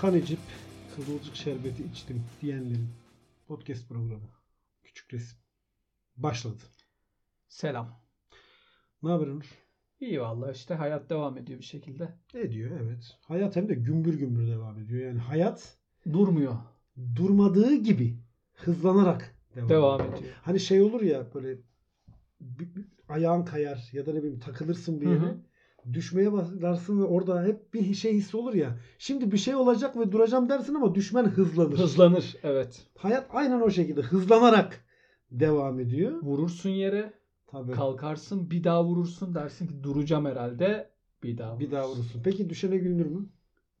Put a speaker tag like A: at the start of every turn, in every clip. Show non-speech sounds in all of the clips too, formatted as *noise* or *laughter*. A: Kan içip kızılcık şerbeti içtim diyenlerin podcast programı. Küçük resim. Başladı.
B: Selam.
A: Ne haber Onur?
B: İyi vallahi işte hayat devam ediyor bir şekilde.
A: Ediyor evet. Hayat hem de gümbür gümbür devam ediyor. Yani hayat
B: Durmuyor.
A: durmadığı gibi hızlanarak devam,
B: Devam
A: ediyor.
B: ediyor.
A: Hani şey olur ya böyle bir- bir ayağın kayar ya da ne bileyim takılırsın bir
B: Hı
A: yere.
B: hı.
A: Düşmeye başlarsın ve orada hep bir şey hissi olur ya. Şimdi bir şey olacak ve duracağım dersin ama düşmen hızlanır.
B: Hızlanır evet.
A: Hayat aynen o şekilde hızlanarak devam ediyor.
B: Vurursun yere,
A: Tabii.
B: kalkarsın, bir daha vurursun dersin ki duracağım herhalde. Bir daha.
A: Bir daha vurursun. Peki düşene gülünür mü?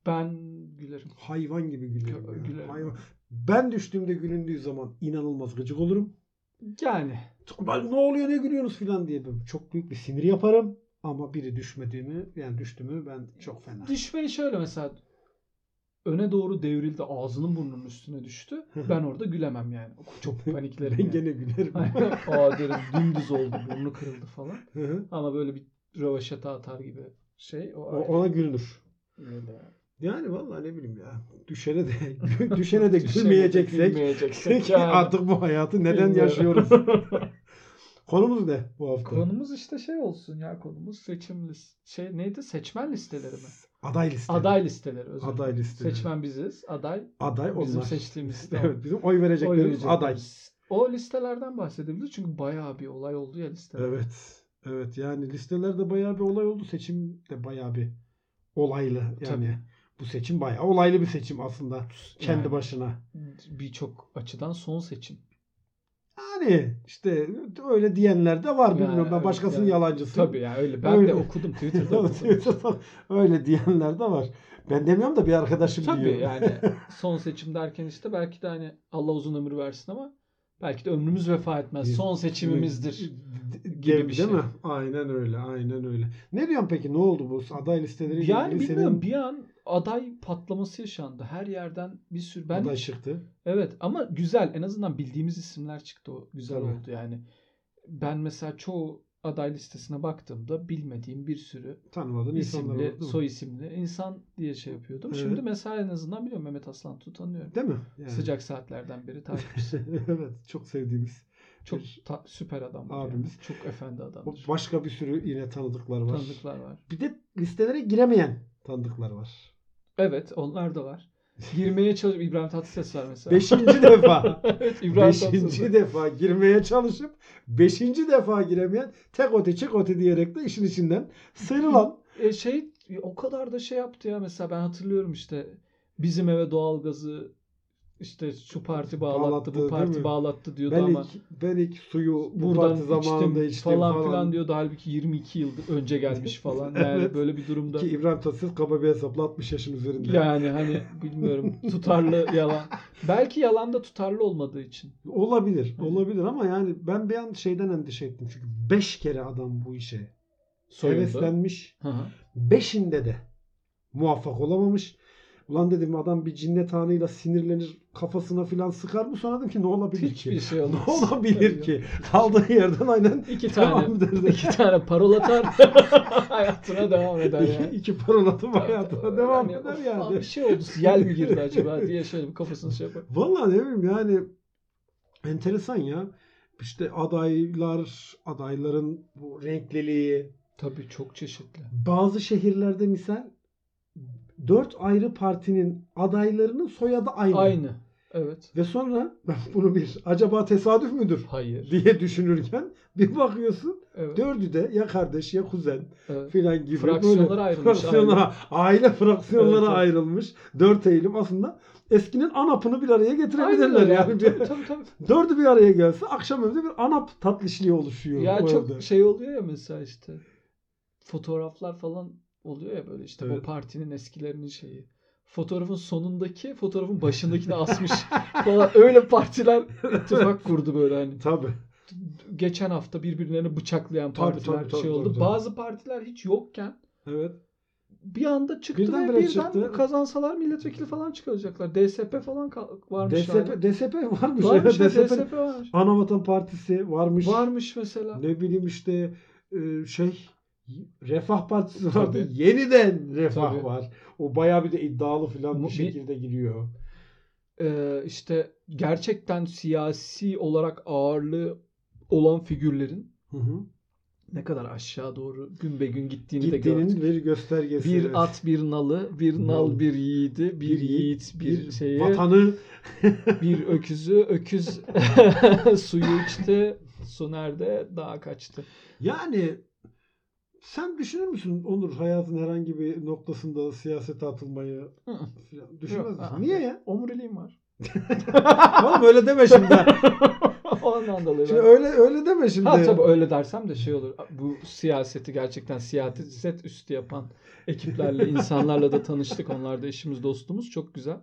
B: Ben gülerim.
A: Hayvan gibi gülerim.
B: Gü-
A: ya.
B: gülerim.
A: Hayvan. Ben düştüğümde gülündüğü zaman inanılmaz gıcık olurum.
B: Yani
A: Ben ne oluyor ne gülüyorsunuz filan diye böyle çok büyük bir sinir yaparım. Ama biri düşmediğimi yani düştüğümü ben çok
B: *laughs*
A: fena.
B: düşmeyi şöyle mesela öne doğru devrildi, ağzının burnunun
A: *laughs*
B: üstüne düştü. Ben orada gülemem yani. Çok paniklerim.
A: Ben *laughs*
B: yani.
A: gene gülerim.
B: Aa derim dümdüz oldu, burnu kırıldı falan.
A: Hı hı.
B: Ama böyle bir rövaşata atar gibi şey. O,
A: O-
B: ayrı.
A: Ona gülünür.
B: Öyle.
A: Yani vallahi ne bileyim ya. Düşene
B: *laughs*
A: de düşene de
B: Düşene de
A: gülmeyeceksek *laughs*
B: gülmeyeceksek
A: ki
B: yani.
A: artık bu hayatı neden
B: Bilmiyorum. *laughs*
A: yaşıyoruz? Konumuz ne bu hafta?
B: Konumuz işte şey olsun ya konumuz seçim lis- şey neydi seçmen listeleri mi?
A: Aday listeleri.
B: Aday listeleri özür
A: Aday
B: dilerim.
A: listeleri.
B: Seçmen biziz. Aday
A: Aday onlar. *laughs*
B: bizim seçtiğimiz.
A: Evet bizim oy vereceklerimiz aday.
B: O listelerden bahsedebiliriz çünkü bayağı bir olay oldu ya listeler.
A: Evet. Evet yani listelerde bayağı bir olay oldu. Seçim de bayağı bir olaylı. Yani
B: Tabii.
A: bu seçim bayağı olaylı bir seçim aslında. Kendi
B: Yani
A: başına.
B: Birçok açıdan son seçim.
A: Yani işte öyle diyenler de var.
B: Yani
A: Bilmiyorum ben
B: evet,
A: başkasının
B: yani.
A: yalancısı.
B: Tabii ya öyle. Ben
A: Öyle.
B: de
A: *laughs*
B: okudum Twitter'da okudum.
A: Twitter'da öyle diyenler de var. Ben demiyorum da bir arkadaşım
B: Tabii
A: diyor. *laughs*
B: yani son seçim derken işte belki de hani Allah uzun ömür versin ama belki de ömrümüz vefa etmez. Son seçimimizdir.
A: gibi
B: bir
A: değil
B: şey.
A: mi? Aynen öyle, aynen öyle. Ne diyorsun peki? Ne oldu bu aday listeleri?
B: Yani
A: ilgili
B: bilmiyorum
A: senin
B: bir an aday patlaması yaşandı. Her yerden bir sürü ben
A: aday şey- çıktı.
B: evet ama güzel en azından bildiğimiz isimler çıktı o güzel
A: Tabii.
B: oldu yani. Ben mesela çoğu aday listesine baktığımda bilmediğim bir sürü
A: Tanımadığın insanlar oldu
B: isimli,
A: değil mi?
B: soy isimli insan diye şey yapıyordum.
A: Evet.
B: Şimdi mesela en azından biliyorum Mehmet Aslantu'yu tanıyorum.
A: Değil mi? Yani.
B: Sıcak saatlerden beri takipçisi.
A: *laughs* evet, çok sevdiğimiz.
B: Çok
A: Bir
B: ta- süper adam.
A: abimiz.
B: Çok efendi adam.
A: Başka bir sürü yine tanıdıklar var.
B: Tanıdıklar var.
A: Bir de listelere giremeyen tanıdıklar var.
B: Evet onlar da var. Girmeye çalışıp İbrahim Tatlıses var
A: *laughs*
B: mesela.
A: Beşinci defa.
B: *laughs* evet, İbrahim Tatlıses.
A: beşinci defa girmeye çalışıp beşinci defa giremeyen tek oti çık oti diyerek de işin içinden
B: *laughs*
A: sıyrılan.
B: E şey o kadar da şey yaptı ya mesela ben hatırlıyorum işte bizim eve doğalgazı işte şu parti bağlattı,
A: Bağlattı,
B: bu
A: değil
B: parti
A: mi?
B: bağlattı diyordu
A: ben
B: ama
A: ilk, ben ilk suyu bu
B: buradan
A: parti zamanında
B: içtim,
A: içtim
B: falan, filan diyordu halbuki 22 yıl
A: *laughs*
B: önce gelmiş falan yani
A: Evet.
B: böyle bir durumda
A: Ki İbrahim Tatlıses kaba bir hesapla 60 yaşın üzerinde.
B: yani hani bilmiyorum tutarlı yalan belki yalan da tutarlı olmadığı için
A: Olabilir.
B: Hı.
A: Olabilir ama yani ben bir an şeyden endişe ettim. Çünkü 5 kere adam bu işe
B: soyuldu.
A: heveslenmiş.
B: Hı hı.
A: Beşinde de muvaffak olamamış. Ulan dedim adam bir cinnet anıyla sinirlenir kafasına filan sıkar mı? Sonra dedim ki ne olabilir
B: Hiçbir
A: ki?
B: şey olmaz.
A: *laughs* Ne olabilir ki? Kaldığı yerden aynen
B: İki tane,
A: devam derdi.
B: iki tane parol
A: *laughs*
B: atar hayatına devam eder
A: İki,
B: yani.
A: iki parolatım *laughs* hayatına devam eder
B: of,
A: yani.
B: abi Bir şey oldu. Yel mi girdi acaba diye şöyle bir kafasını şey yapar.
A: Vallahi ne bileyim yani enteresan ya. İşte adaylar, adayların bu renkliliği,
B: Tabii çok çeşitli.
A: bazı şehirlerde misal dört ayrı partinin adaylarının soyadı aynı.
B: Aynı. Evet.
A: Ve sonra ben bunu bir acaba tesadüf müdür
B: Hayır.
A: diye düşünürken bir bakıyorsun
B: Evet.
A: dördü de ya kardeş ya kuzen
B: evet.
A: filan gibi
B: Fraksiyonlara
A: böyle
B: ayrılmış,
A: fraksiyonlara, aile fraksiyonlara
B: Evet, evet.
A: ayrılmış. Dört eğilim aslında eskinin anapını bir araya
B: Aynen
A: getirebilirler
B: öyle
A: yani.
B: yani.
A: Bir-
B: Tabii tabii.
A: *laughs*
B: tabii.
A: dördü bir araya gelse akşam evde bir anap tatlışlığı oluşuyor.
B: Ya
A: o
B: çok
A: evde.
B: şey oluyor ya mesela işte fotoğraflar falan oluyor ya böyle işte
A: Evet.
B: o partinin eskilerinin şeyi. Fotoğrafın sonundaki
A: *laughs*
B: fotoğrafın başındakini asmış falan. Öyle partiler ittifak kurdu böyle hani.
A: Tabii.
B: geçen hafta birbirlerini bıçaklayan
A: Tabii,
B: partiler
A: tabii, tabii,
B: şey oldu.
A: tabii, tabii.
B: Bazı partiler hiç yokken
A: Evet.
B: bir anda çıktı
A: Birdenbire
B: ve birden
A: çıktı.
B: kazansalar milletvekili falan çıkaracaklar. DSP falan ka- varmış.
A: DSP, DSP varmış.
B: yani. varmış ya,
A: DSP,
B: DSP var.
A: Anavatan Partisi varmış.
B: Varmış mesela.
A: Ne bileyim işte e, şey Refah Partisi vardı.
B: Tabii.
A: Yeniden refah
B: Tabii.
A: var. O bayağı bir de iddialı falan
B: Bu
A: bir
B: bir-
A: şekilde giriyor.
B: Ee, işte gerçekten siyasi olarak ağırlığı olan figürlerin
A: Hı hı.
B: ne kadar aşağı doğru gün be gün gittiğini de gördük.
A: Gittiğinin bir göstergesi.
B: Bir
A: evet.
B: at bir nalı, bir nal
A: Nal.
B: bir yiğidi, bir
A: Bir yiğit,
B: yiğit bir şeyi,
A: vatanı
B: bir öküzü, *laughs* öküz suyu içti, su nerede dağa kaçtı.
A: Yani sen düşünür müsün Onur hayatın herhangi bir noktasında siyasete atılmayı
B: Hı hı.
A: falan? düşünmez
B: Yok, aa.
A: misin? Niye
B: *laughs*
A: ya?
B: Omuriliğim var.
A: Oğlum öyle deme şimdi.
B: Ondan dolayı.
A: Şimdi
B: ben-
A: öyle öyle deme şimdi.
B: Ha tabii öyle dersem de şey olur. Bu siyaseti gerçekten siyaset üstü yapan ekiplerle, insanlarla da tanıştık. Onlar da eşimiz, dostumuz. Çok güzel.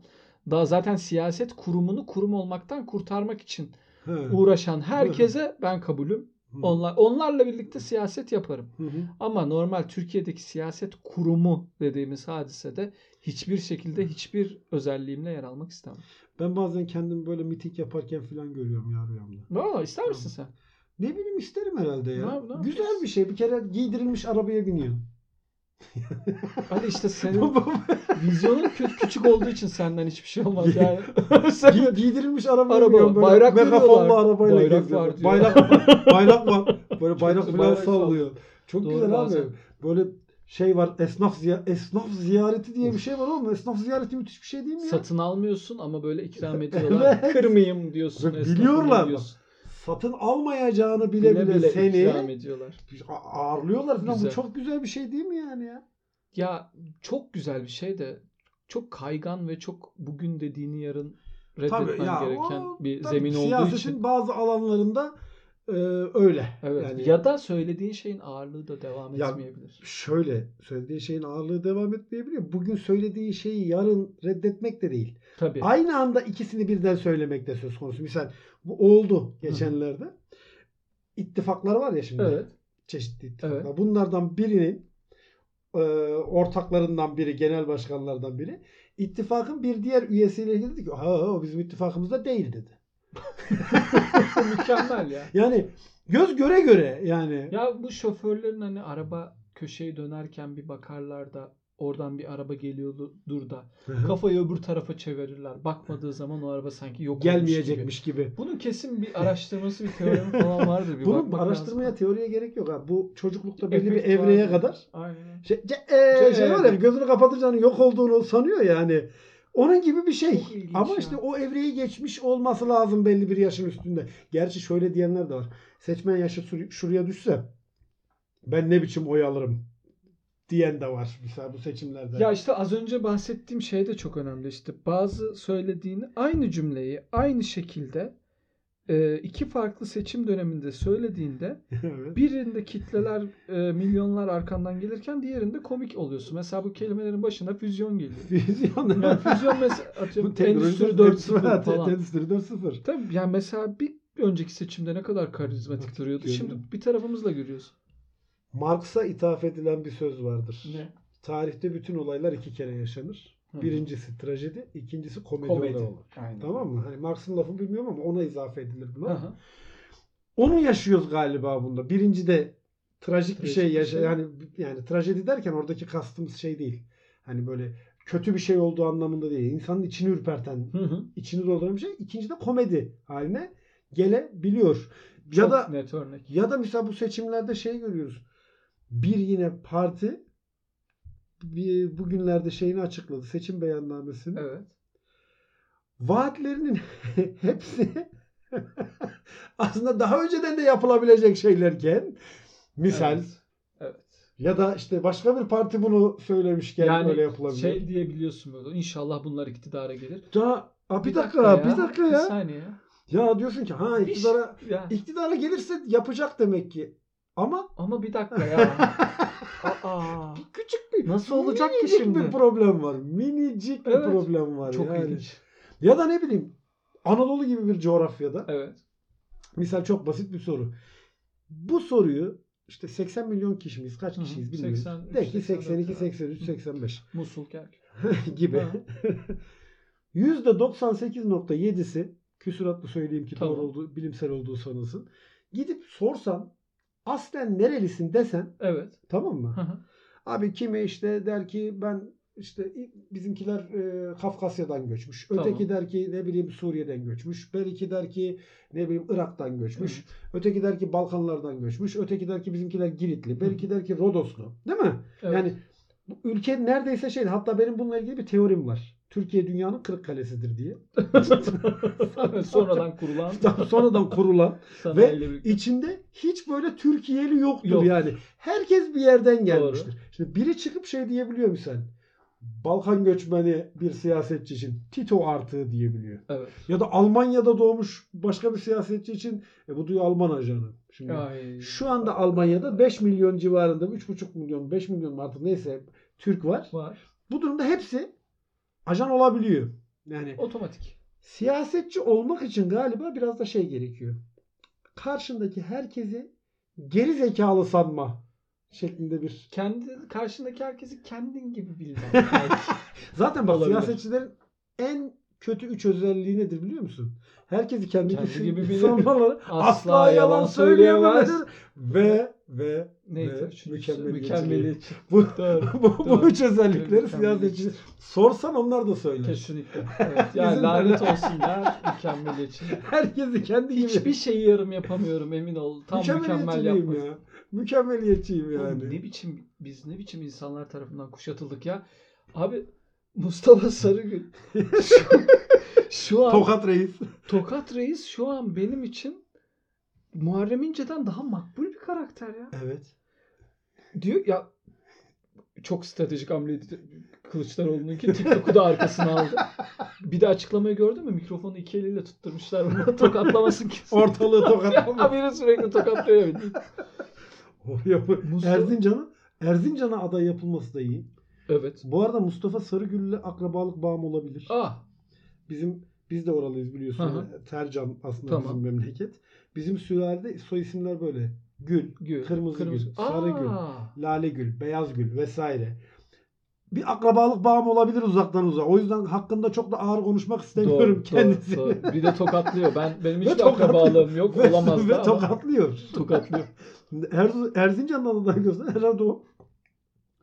B: Daha zaten siyaset kurumunu kurum olmaktan kurtarmak için
A: He.
B: uğraşan herkese ben kabulüm.
A: Hı.
B: Onlar onlarla birlikte siyaset yaparım.
A: Hı hı.
B: Ama normal Türkiye'deki siyaset kurumu dediğimiz hadisede hiçbir şekilde hiçbir özelliğimle yer almak istemem.
A: Ben bazen kendimi böyle miting yaparken falan görüyorum ya rüyamda.
B: Valla ister misin sen?
A: Ne bileyim isterim herhalde ya.
B: Ne yap- ne yapacağız?
A: Güzel bir şey. Bir kere giydirilmiş arabaya
B: *laughs*
A: biniyorsun. *laughs*
B: Ali işte senin vizyonun kü- küçük olduğu için senden hiçbir şey olmaz yani.
A: *laughs*
B: Sen-
A: Gi- giydirilmiş araba,
B: Araba,
A: biniyorum böyle
B: bayrak
A: megafonlu
B: veriyorlar.
A: arabayla
B: Bayrak
A: geziyorum.
B: var diyor.
A: bayrak
B: *laughs*
A: var. Bayrak var. Böyle bayrak
B: güzel,
A: falan
B: bayrak sallıyor.
A: sallıyor. Çok
B: Doğru,
A: güzel abi.
B: bazen.
A: Böyle şey var. Esnaf ziya esnaf ziyareti diye bir şey var oğlum. Esnaf ziyareti müthiş bir şey değil mi ya?
B: Satın almıyorsun ama böyle ikram ediyorlar.
A: Evet.
B: Kırmayayım diyorsun.
A: Ve
B: esnafım
A: biliyorlar.
B: diyorsun.
A: Satın almayacağını bile
B: Bile
A: bile,
B: bile ikram
A: seni
B: ediyorlar.
A: a- ağırlıyorlar falan.
B: Güzel.
A: Bu çok güzel bir şey değil mi yani ya?
B: Ya çok güzel bir şey de çok kaygan ve çok bugün dediğini yarın reddetmen
A: ya,
B: gereken
A: o
B: bir
A: Tabii
B: zemin olduğu
A: siyasetin
B: için.
A: bazı alanlarında e, öyle.
B: Evet.
A: Yani
B: ya da söylediğin şeyin ağırlığı da devam
A: Ya-
B: etmeyebilir.
A: şöyle söylediğin şeyin ağırlığı devam etmeyebiliyor. Bugün söylediğin şeyi yarın reddetmek de değil.
B: Tabii.
A: Aynı anda ikisini birden söylemek de söz konusu. Misal bu oldu geçenlerde. İttifaklar var ya şimdi.
B: Evet.
A: Çeşitli ittifaklar. Bunlardan birinin e, ortaklarından biri, genel başkanlardan biri ittifakın bir diğer üyesiyle ilgili dedi ki ha ha, o bizim ittifakımızda değil dedi.
B: Mükemmel ya.
A: Yani göz göre göre yani
B: Ya bu şoförlerin hani araba köşeyi dönerken bir bakarlar da oradan bir araba geliyordur da kafayı öbür tarafa çevirirler. Bakmadığı zaman o araba sanki yok olmuş gibi.
A: gelmeyecekmiş gibi.
B: Bunun kesin bir araştırması, bir teoremi falan vardır. Bir
A: Bunun
B: bakmak
A: araştırmaya
B: lazım.
A: teoriye gerek yok abi. Bu çocuklukta belli bir
B: Efekt
A: evreye
B: var.
A: kadar
B: Aynen.
A: şey, ce- e,
B: Ce-
A: şey var ya gözünü kapatınca yok olduğunu sanıyor yani. Onun gibi bir şey.
B: Çok ilginç
A: Ama
B: ya.
A: işte o evreyi geçmiş olması lazım belli bir yaşın üstünde. Gerçi şöyle diyenler de var. Seçmen yaşı sur- şuraya düşse ben ne biçim oy alırım diyen de var. Mesela bu seçimlerde.
B: Ya işte az önce bahsettiğim şey de çok önemli. İşte bazı söylediğini aynı cümleyi aynı şekilde e, iki farklı seçim döneminde söylediğinde
A: *laughs* Evet.
B: birinde kitleler e, milyonlar arkandan gelirken diğerinde komik oluyorsun. Mesela bu kelimelerin başına füzyon geliyor.
A: Füzyon.
B: Yani füzyon mesela
A: *laughs* Bu
B: atıyorum
A: teknoloji-
B: endüstri
A: Evet,
B: 4.0 falan.
A: Endüstri 4.0.
B: Tabii yani mesela bir önceki seçimde ne kadar karizmatik duruyordu.
A: Gördün
B: Şimdi
A: mü?
B: bir tarafımızla görüyoruz.
A: Marx'a ithaf edilen bir söz vardır. Tarihte bütün olaylar iki kere yaşanır.
B: Hı.
A: Birincisi trajedi, ikincisi komedi,
B: komedi.
A: olayı.
B: Aynen.
A: Tamam mı? Hani Marx'ın lafını bilmiyorum ama ona izafe edilir buna.
B: Aha.
A: Onu yaşıyoruz galiba bunda. Birinci de trajik bir
B: Trajik
A: şey
B: bir
A: yaşa
B: şey.
A: yani yani trajedi derken oradaki kastımız şey değil. Hani böyle kötü bir şey olduğu anlamında değil. İnsanın içini ürperten,
B: Hı hı.
A: içini dolduran bir şey. İkinci de komedi haline gelebiliyor. Ya
B: Çok
A: da
B: net örnek.
A: ya da mesela bu seçimlerde şey görüyoruz. Bir yine parti bir, bugünlerde şeyini açıkladı. Seçim beyannamesini.
B: Evet.
A: vaatlerinin *laughs* hepsi *laughs* aslında daha önceden de yapılabilecek şeylerken misal
B: Evet. Evet.
A: ya da işte başka bir parti bunu söylemişken
B: Yani
A: öyle yapılabilir.
B: Şey diyebiliyorsun böyle. İnşallah bunlar iktidara gelir.
A: daha Aa, bir, dakika, bir dakika ya.
B: Bir saniye. ya.
A: Ya diyorsun ki ha
B: Bir şey-
A: iktidara
B: Ya.
A: iktidara gelirse yapacak demek ki. Ama
B: Ama bir
A: *laughs*
B: dakika ya. Aa.
A: küçük bir
B: Nasıl olacak ki
A: minicik
B: şimdi?
A: bir problem var. Minicik
B: Evet.
A: bir problem var
B: Çok
A: yani.
B: ilginç.
A: Ya da ne bileyim Anadolu gibi bir coğrafyada
B: Evet.
A: Misal çok basit bir soru. Bu soruyu işte 80 milyon kişi miyiz? Kaç
B: Hı hı.
A: kişiyiz bilmiyorum.
B: 83,
A: De ki 82,
B: 84,
A: 83, 85
B: Musul Kerk.
A: *laughs* gibi. *laughs*
B: Ha.
A: %98.7'si küsuratlı söyleyeyim ki
B: Tamam.
A: doğru olduğu, bilimsel olduğu sanılsın. Gidip sorsan aslen nerelisin desen
B: Evet.
A: tamam mı?
B: Hı hı.
A: Abi kimi işte der ki ben işte bizimkiler e, Kafkasya'dan göçmüş.
B: Tamam.
A: Öteki der ki ne bileyim Suriye'den göçmüş. Belki der ki ne bileyim Irak'tan göçmüş. Öteki der ki Balkanlardan göçmüş. Öteki der ki bizimkiler Giritli. Belki der ki Rodoslu. Değil mi?
B: Evet.
A: Yani bu ülke neredeyse şey hatta benim bununla ilgili bir teorim var. Türkiye dünyanın kırık kalesidir diye.
B: *laughs* sonradan kurulan
A: *laughs* Sonradan kurulan
B: sanayiyle birlikte.
A: içinde hiç böyle Türkiye'li yoktur
B: Yoktur.
A: yani. Herkes bir yerden gelmiştir. Şimdi biri çıkıp şey diyebiliyor mu sen? Balkan göçmeni bir siyasetçi için Tito artığı diyebiliyor.
B: Evet.
A: Ya da Almanya'da doğmuş başka bir siyasetçi için e, bu diyor Alman ajanı. Şimdi
B: Ay.
A: şu anda Almanya'da 5 milyon civarında 3,5 milyon 5 milyon mu artık neyse Türk var.
B: var.
A: Bu durumda hepsi ajan olabiliyor. Yani
B: Otomatik.
A: Siyasetçi olmak için galiba biraz da şey gerekiyor. Karşındaki herkesi geri zekalı sanma şeklinde bir.
B: Kendi karşındaki herkesi kendin gibi bilmen.
A: *laughs* Zaten bak
B: Olabilir.
A: siyasetçilerin en kötü üç özelliği nedir biliyor musun? Herkesi kendi,
B: Kendi
A: düşün-
B: gibi
A: *laughs*
B: bilir.
A: sanmaları, asla,
B: Asla
A: yalan
B: yalan
A: söyleyemez.
B: söyleyemez.
A: Ve ve
B: Neydi?
A: Ve
B: Üçüncüsü,
A: mükemmeliyetçilik.
B: Mükemmeliyetçilik.
A: bu, *laughs*
B: Doğru.
A: bu, bu
B: Doğru.
A: üç özellikleri
B: Mükemmeliyetçilik.
A: siyasetçi sorsan onlar da söyler. *laughs*
B: Kesinlikle. Evet. Yani
A: Bizim-
B: lanet olsunlar mükemmeliyetçilik.
A: Herkesi kendi gibi.
B: Hiçbir şeyi yarım yapamıyorum emin ol. Tam mükemmel
A: Mükemmeliyetçiyim
B: yapmak.
A: ya. Mükemmeliyetçiyim yani.
B: Oğlum ne biçim biz ne biçim insanlar tarafından kuşatıldık ya. Abi Mustafa Sarıgül şu, şu an Tokat.
A: Tokat reis.
B: Reis şu an benim için Muharrem İnce'den daha makbul bir karakter ya.
A: Evet.
B: Diyor ya çok stratejik hamleydi Kılıçdaroğlu'nun ki TikTok'u da arkasına aldı. Bir de açıklamayı gördün mü? Mikrofonu iki eliyle tutturmuşlar. Bana tokatlamasın kesin. *laughs*
A: Ortalığı tokatlamak.
B: Haberi sürekli tokatlıyor.
A: Oraya bu-
B: Mustafa-
A: Erzincan'a Erzincan'a aday yapılması da iyi.
B: Evet.
A: Bu arada Mustafa Sarıgül'le akrabalık bağım olabilir.
B: Ah
A: Bizim biz de oralıyız biliyorsun.
B: Hı
A: Tercan aslında
B: Tamam.
A: bizim memleket. Bizim sülalede soy isimler böyle. Gül,
B: gül. Ah.
A: Kırmızı gül, sarı gül.
B: Aa.
A: Lale Gül, Beyaz Gül vesaire. Bir akrabalık bağım olabilir uzaktan uzağa. O yüzden hakkında çok da ağır konuşmak istemiyorum kendisini. *laughs*
B: doğru. Bir de tokatlıyor. Ben benim
A: Ve
B: hiçbir
A: tokatlıyor.
B: akrabalığım yok.
A: Ve-
B: Olamaz
A: ve
B: da ama
A: tokatlıyor.
B: tokatlıyor.
A: Er, Erzincan'dan aday göster. Herhalde o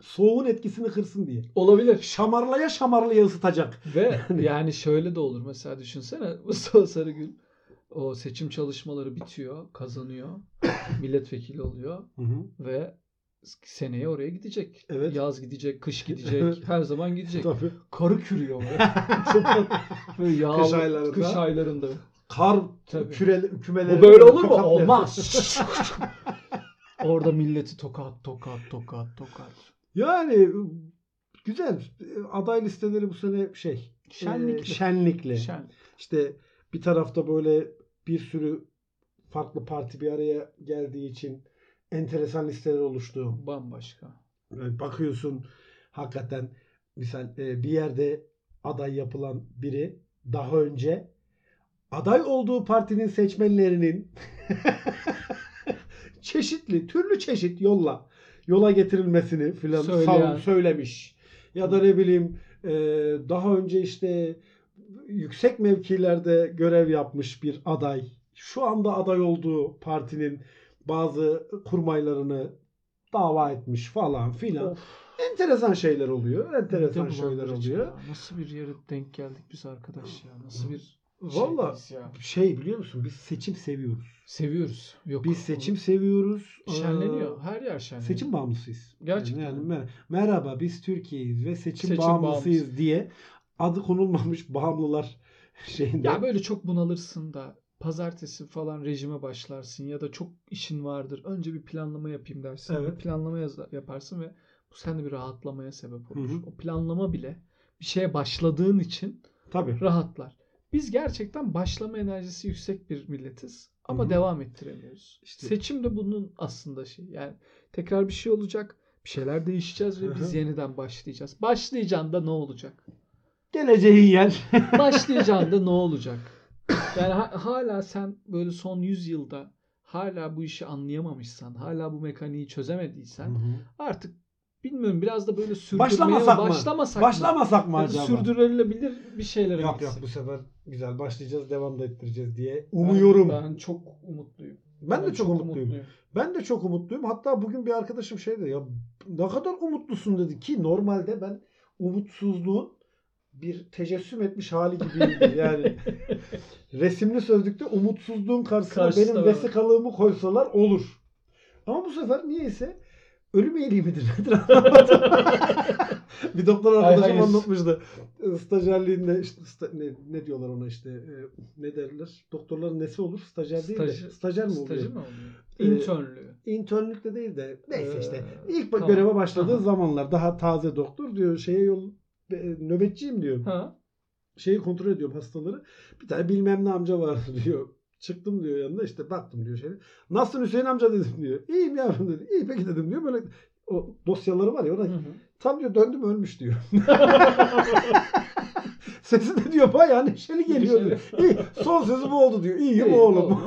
A: soğuğun etkisini kırsın diye.
B: Olabilir.
A: şamarlaya şamarlaya *laughs* ısıtacak.
B: Ve yani şöyle de olur mesela düşünsene *laughs* Mustafa Sarıgül o seçim çalışmaları
A: *coughs*
B: bitiyor, kazanıyor. Milletvekili oluyor ve seneye oraya gidecek.
A: Evet.
B: Yaz gidecek,
A: *laughs*
B: kış gidecek,
A: Evet.
B: her zaman gidecek.
A: Tabii.
B: Karı kürüyor
A: *laughs*
B: böyle. Böyle yağlı,
A: Kış aylarında.
B: Kış aylarında.
A: Kar
B: Tabii.
A: küreli, kümeleri.
B: Bu böyle olur mu?
A: tokatlayacak. *laughs*
B: Olmaz. Orada milleti tokat tokat tokat tokat.
A: Yani güzel. Aday listeleri bu sene şey. e,
B: Şenlikli.
A: şenlikle.
B: Şen.
A: İşte bir tarafta böyle bir sürü farklı parti bir araya geldiği için enteresan listeler oluştu.
B: Bambaşka.
A: Yani E, bakıyorsun hakikaten misal e, bir yerde aday yapılan biri daha önce aday olduğu partinin seçmenlerinin *laughs* çeşitli türlü çeşit yolla yola getirilmesini filan
B: Söyleyen.
A: savun- söylemiş. Ya da ne bileyim e, daha önce işte yüksek mevkilerde görev yapmış bir aday şu anda aday olduğu partinin bazı kurmaylarını dava etmiş falan filan. Enteresan şeyler oluyor. Enteresan
B: Bir de
A: şeyler
B: bulandırıcı
A: oluyor.
B: ya. Nasıl bir yere denk geldik biz arkadaş ya? Nasıl bir
A: Valla
B: şeydeyiz ya?
A: şey biliyor musun biz seçim seviyoruz.
B: seviyoruz. Yok.
A: Biz seçim seviyoruz.
B: şenleniyor.
A: Ee,
B: Her yer şenleniyor.
A: Seçim bağımlısıyız.
B: Gerçekten.
A: Yani, yani mer- merhaba biz Türkiye'yiz ve seçim,
B: Seçim
A: bağımlısıyız diye adı konulmamış bağımlılar *laughs* şeyinde.
B: Ya böyle çok bunalırsın da pazartesi falan rejime başlarsın ya da çok işin vardır. Önce bir planlama yapayım dersin.
A: Evet.
B: Bir planlama yaz- yaparsın ve bu sende bir rahatlamaya sebep olur.
A: Hı hı.
B: O planlama bile bir şeye başladığın için
A: Tabii.
B: rahatlar. Biz gerçekten başlama enerjisi yüksek bir milletiz ama
A: Hı hı.
B: devam ettiremiyoruz.
A: İşte-
B: Seçim de bunun aslında şey. Yani tekrar bir şey olacak, bir şeyler değişeceğiz
A: Hı hı.
B: ve biz yeniden başlayacağız. Başlayacağın da ne olacak?
A: Geleceğin yer.
B: Başlayacağın da ne olacak? Yani ha- hala sen böyle son 100 yılda hala bu işi anlayamamışsan, hala bu mekaniği çözemediysen artık bilmiyorum biraz da böyle sürdürmeye
A: Başlamasak mı?
B: başlamasak mı?
A: Başlamasak mı
B: Yani
A: acaba?
B: Sürdürülebilir bir
A: Yok
B: şeylere
A: yok
B: gitsin.
A: bu sefer güzel başlayacağız devam da ettireceğiz diye umuyorum.
B: Ben,
A: Ben,
B: ben çok umutluyum.
A: *laughs* de çok, umutluyum. Ben de çok umutluyum. Hatta bugün bir arkadaşım şey dedi ya ne kadar umutlusun dedi ki normalde ben umutsuzluğun bir tecessüm etmiş hali gibiydi.
B: *laughs*
A: Yani resimli sözlükte umutsuzluğun karşısına
B: Karşısına
A: benim
B: ben-
A: vesikalığımı koysalar olur. Ama bu sefer niyeyse ölüm eğiliği midir nedir *laughs* anlamadım. bir doktor
B: Hay
A: arkadaşım
B: hayır.
A: anlatmıştı. Stajyerliğinde işte sta- ne, ne diyorlar ona işte e, ne derler? Doktorların nesi olur? Stajyer değil de
B: Staj-
A: stajyer mi oluyor?
B: Stajı mı oluyor?
A: Ee,
B: İnternlüğü.
A: internlükte değil de neyse
B: Ee,
A: işte ilk
B: tamam.
A: göreve başladığı
B: Aha.
A: zamanlar daha taze doktor diyor şeye yol e, nöbetçiyim diyor.
B: Ha?
A: Şeyi kontrol ediyorum hastaları. Bir tane bilmem ne amca var *laughs* diyor. Çıktım diyor yanına işte baktım diyor şeyde. Nasılsın Hüseyin amca dedim diyor. İyiyim yavrum dedi. İyi peki dedim diyor. Böyle o dosyaları var ya
B: Hı
A: orada
B: hı.
A: tam diyor döndüm ölmüş diyor. *laughs* Sesi de diyor bayağı neşeli geliyor diyor. İyi, son sözü bu oldu diyor. İyiyim
B: İyi,
A: oğlum.
B: oğlum.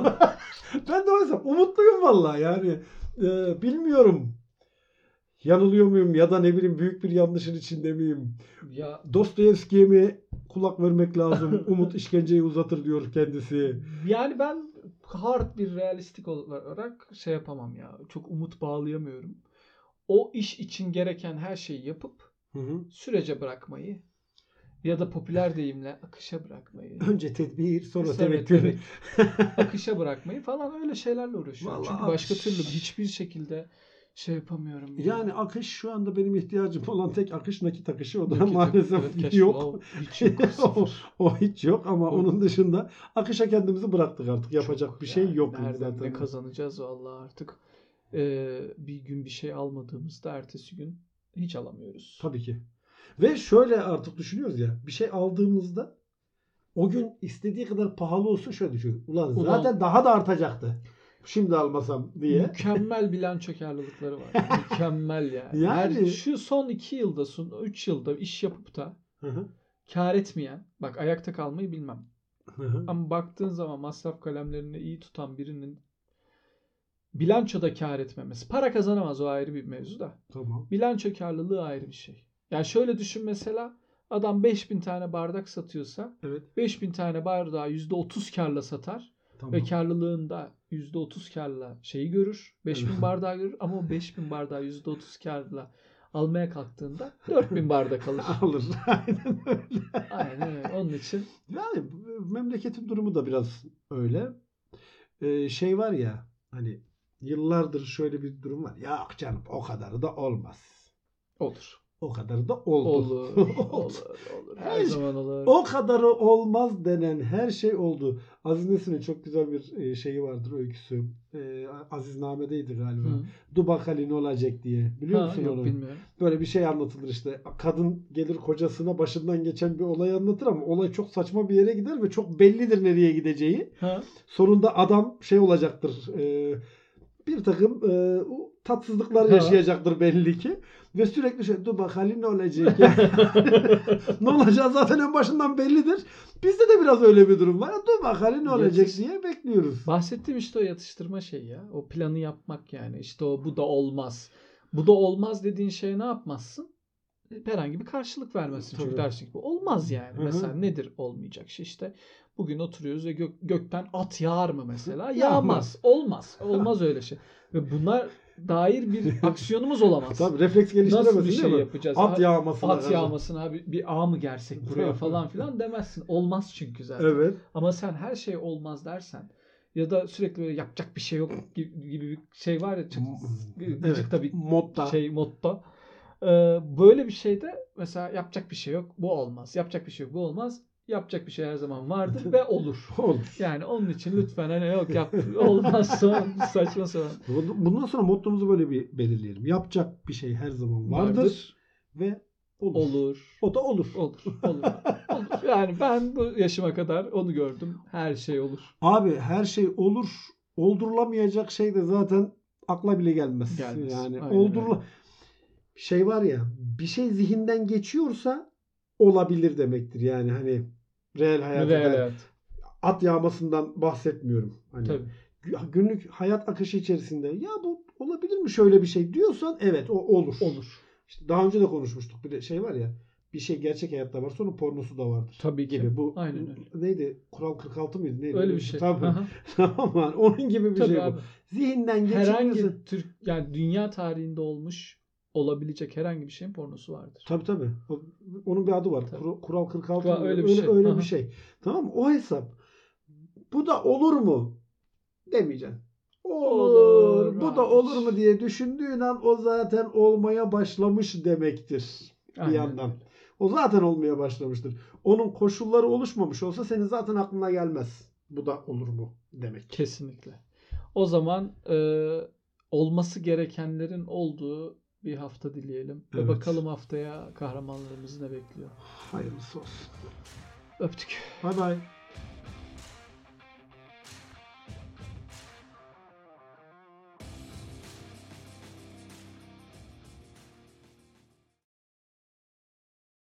A: *laughs* ben de oysa umutluyum vallahi yani. Ee, bilmiyorum. Yanılıyor muyum ya da ne bileyim büyük bir yanlışın içinde miyim?
B: ya
A: Dostoyevski'ye mi kulak vermek
B: *laughs*
A: lazım? Umut işkenceyi uzatır diyor kendisi.
B: yani ben hard bir realistik olarak şey yapamam ya. Çok umut bağlayamıyorum. O iş için gereken her şeyi yapıp
A: Hı hı.
B: sürece bırakmayı ya da popüler deyimle akışa bırakmayı.
A: Önce tedbir sonra
B: Sonra
A: tevekkül. *laughs*
B: akışa bırakmayı falan öyle şeylerle uğraşıyorum.
A: Vallahi
B: Çünkü başka
A: akış-
B: türlü hiçbir şekilde şey yapamıyorum.
A: Yani akış şu anda benim ihtiyacım olan tek akış nakit akışı o da
B: Nakit-
A: maalesef
B: evet, cash
A: yok. *laughs*
B: flow hiç yok.
A: o, o hiç yok ama
B: O-
A: onun dışında akışa kendimizi bıraktık artık. Yapacak
B: Çok
A: bir şey
B: yani.
A: yok
B: Nereden
A: zaten.
B: ne kazanacağız vallahi artık. Ee, bir gün bir şey almadığımızda ertesi gün hiç alamıyoruz.
A: Tabii ki. Ve şöyle artık düşünüyoruz ya bir şey aldığımızda o gün istediği kadar pahalı olsun şöyle düşünüyoruz. Ulan
B: Ulan-
A: zaten daha da artacaktı. Şimdi almasam diye.
B: Mükemmel bilanço karlılıkları
A: *laughs*
B: var. Mükemmel yani.
A: Yani-
B: Her- şu son 2 yılda, son 3 yılda iş yapıp da
A: Hı hı,
B: kar etmeyen, bak ayakta kalmayı bilmem.
A: hı hı.
B: Ama baktığın zaman masraf kalemlerini iyi tutan birinin bilançoda kar etmemesi. Para kazanamaz o ayrı bir mevzu da.
A: tamam.
B: Bilanço karlılığı ayrı bir şey. Yani şöyle düşün mesela adam 5000 tane bardak satıyorsa
A: Evet.
B: 5000 tane bardağı %30 karla satar
A: Tamam.
B: ve karlılığında %30 karla şeyi görür. 5000
A: Evet.
B: bardağı görür ama o 5000 bardağı %30 karla almaya kalktığında 4000
A: *laughs*
B: bardak alır.
A: *laughs* Alır. Aynen öyle.
B: Aynen öyle. Onun için
A: Yani bu- memleketin durumu da biraz öyle. Ee, şey var ya hani yıllardır şöyle bir durum var. Ya canım o kadar da olmaz.
B: olur.
A: O kadar da oldu. *laughs*
B: Olur. Olur. olur. Her
A: Hiç-
B: zaman olur.
A: O kadarı olmaz denen her şey oldu. Aziz Nesin'in çok güzel bir e, şeyi vardır öyküsü. E, Aziz Name'deydi galiba.
B: Hı.
A: Du bakalım ne olacak diye. Biliyor
B: Ha,
A: musun
B: yok,
A: onu?
B: bilmiyorum.
A: Böyle bir şey anlatılır işte. Kadın gelir kocasına başından geçen bir olay anlatır ama olay çok saçma bir yere gider ve çok bellidir nereye gideceği.
B: Ha?
A: Sonunda adam şey olacaktır. e, bir takım e, o tatsızlıklar
B: Ha.
A: yaşayacaktır belli ki. Ve sürekli şey dur bakalım ne olacak ya. ne olacağı zaten en başından bellidir. Bizde de biraz öyle bir durum var. Dur bakalım ne olacak
B: Yatış-
A: diye bekliyoruz.
B: Bahsettiğim işte o yatıştırma şeyi ya. O planı yapmak yani. İşte o bu da olmaz. Bu da olmaz dediğin şeye ne yapmazsın? E, Herhangi bir karşılık vermezsin. Çünkü
A: Tabii.
B: dersin ki bu olmaz yani.
A: Hı hı.
B: Mesela nedir olmayacak şey işte. Bugün oturuyoruz ve gök- gökten at yağar mı mesela?
A: Yağmaz.
B: Yağmaz. Olmaz. Olmaz öyle şey. Ve bunlar dair bir aksiyonumuz olamaz.
A: Tabii refleks
B: Nasıl
A: geliştiremezsin
B: bir şey
A: değil mi?
B: yapacağız?
A: At
B: At,
A: yağmasına.
B: at
A: karşı.
B: yağmasına abi bir ağ mı gersek buraya falan filan demezsin. Olmaz çünkü zaten.
A: Evet.
B: Ama sen her şey olmaz dersen ya da sürekli böyle yapacak bir şey yok gibi gibi bir şey var ya çık,
A: Hmm. Evet.
B: gıcıkta bir
A: Modda.
B: şey modda. Ee, böyle bir şeyde mesela yapacak bir şey yok bu olmaz. Yapacak bir şey yok bu olmaz. Yapacak bir şey her
A: *laughs*
B: zaman vardır ve olur.
A: Olur.
B: Yani onun için lütfen hani yok yap olmaz *laughs* son saçma sapan.
A: Bundan sonra mottomuzu böyle bir belirleyelim. Yapacak bir şey her zaman vardır,
B: Vardır.
A: ve olur.
B: Olur.
A: O da olur.
B: Olur. Olur. olur. Yani ben bu yaşıma kadar onu gördüm. Her şey olur.
A: Abi her şey olur. Oldurulamayacak şey de zaten akla bile gelmez.
B: Gelmez.
A: Yani
B: Aynen
A: oldurula şey var ya bir şey zihinden geçiyorsa olabilir demektir. Yani hani reel hayata
B: Real
A: dair.
B: hayat.
A: at yağmasından bahsetmiyorum. Hani
B: Tabii.
A: gü- günlük hayat akışı içerisinde ya bu olabilir mi şöyle bir şey diyorsan evet o olur.
B: Olur.
A: İşte daha önce de konuşmuştuk bir de şey var ya bir bir şey gerçek hayatta varsa onun pornosu da vardır.
B: Tabii ki.
A: Gibi. Bu
B: Aynen öyle.
A: neydi? Kural 46 mıydı? Neydi?
B: Öyle bir şey.
A: Tabii.
B: Aha.
A: *laughs* tamam lan, Onun gibi bir
B: Tabii
A: şey bu.
B: abi.
A: Zihinden geçiriyorsun.
B: Herhangi Türk yani dünya tarihinde olmuş olabilecek herhangi bir şeyin pornosu vardır.
A: Tabii tabii. O- Onun bir adı var.
B: Tabii.
A: Kura- Kural 46
B: Kural-
A: mı? öyle
B: öyle bir
A: öyle,
B: şey. Aha.
A: bir şey. Tamam mı? O hesap. Bu da olur mu? Demeyeceksin. Olur.
B: Olur
A: Bu
B: abi.
A: da olur mu diye düşündüğün an o zaten olmaya başlamış demektir.
B: Aynen
A: yandan.
B: öyle.
A: O zaten olmaya başlamıştır. Onun koşulları oluşmamış olsa senin zaten aklına gelmez. Bu da olur mu demek.
B: Kesinlikle. O zaman e, olması gerekenlerin olduğu bir hafta dileyelim. Ve
A: Evet.
B: bakalım haftaya kahramanlarımız ne bekliyor.
A: Hayırlısı olsun.
B: Öptük.
A: Bay bay.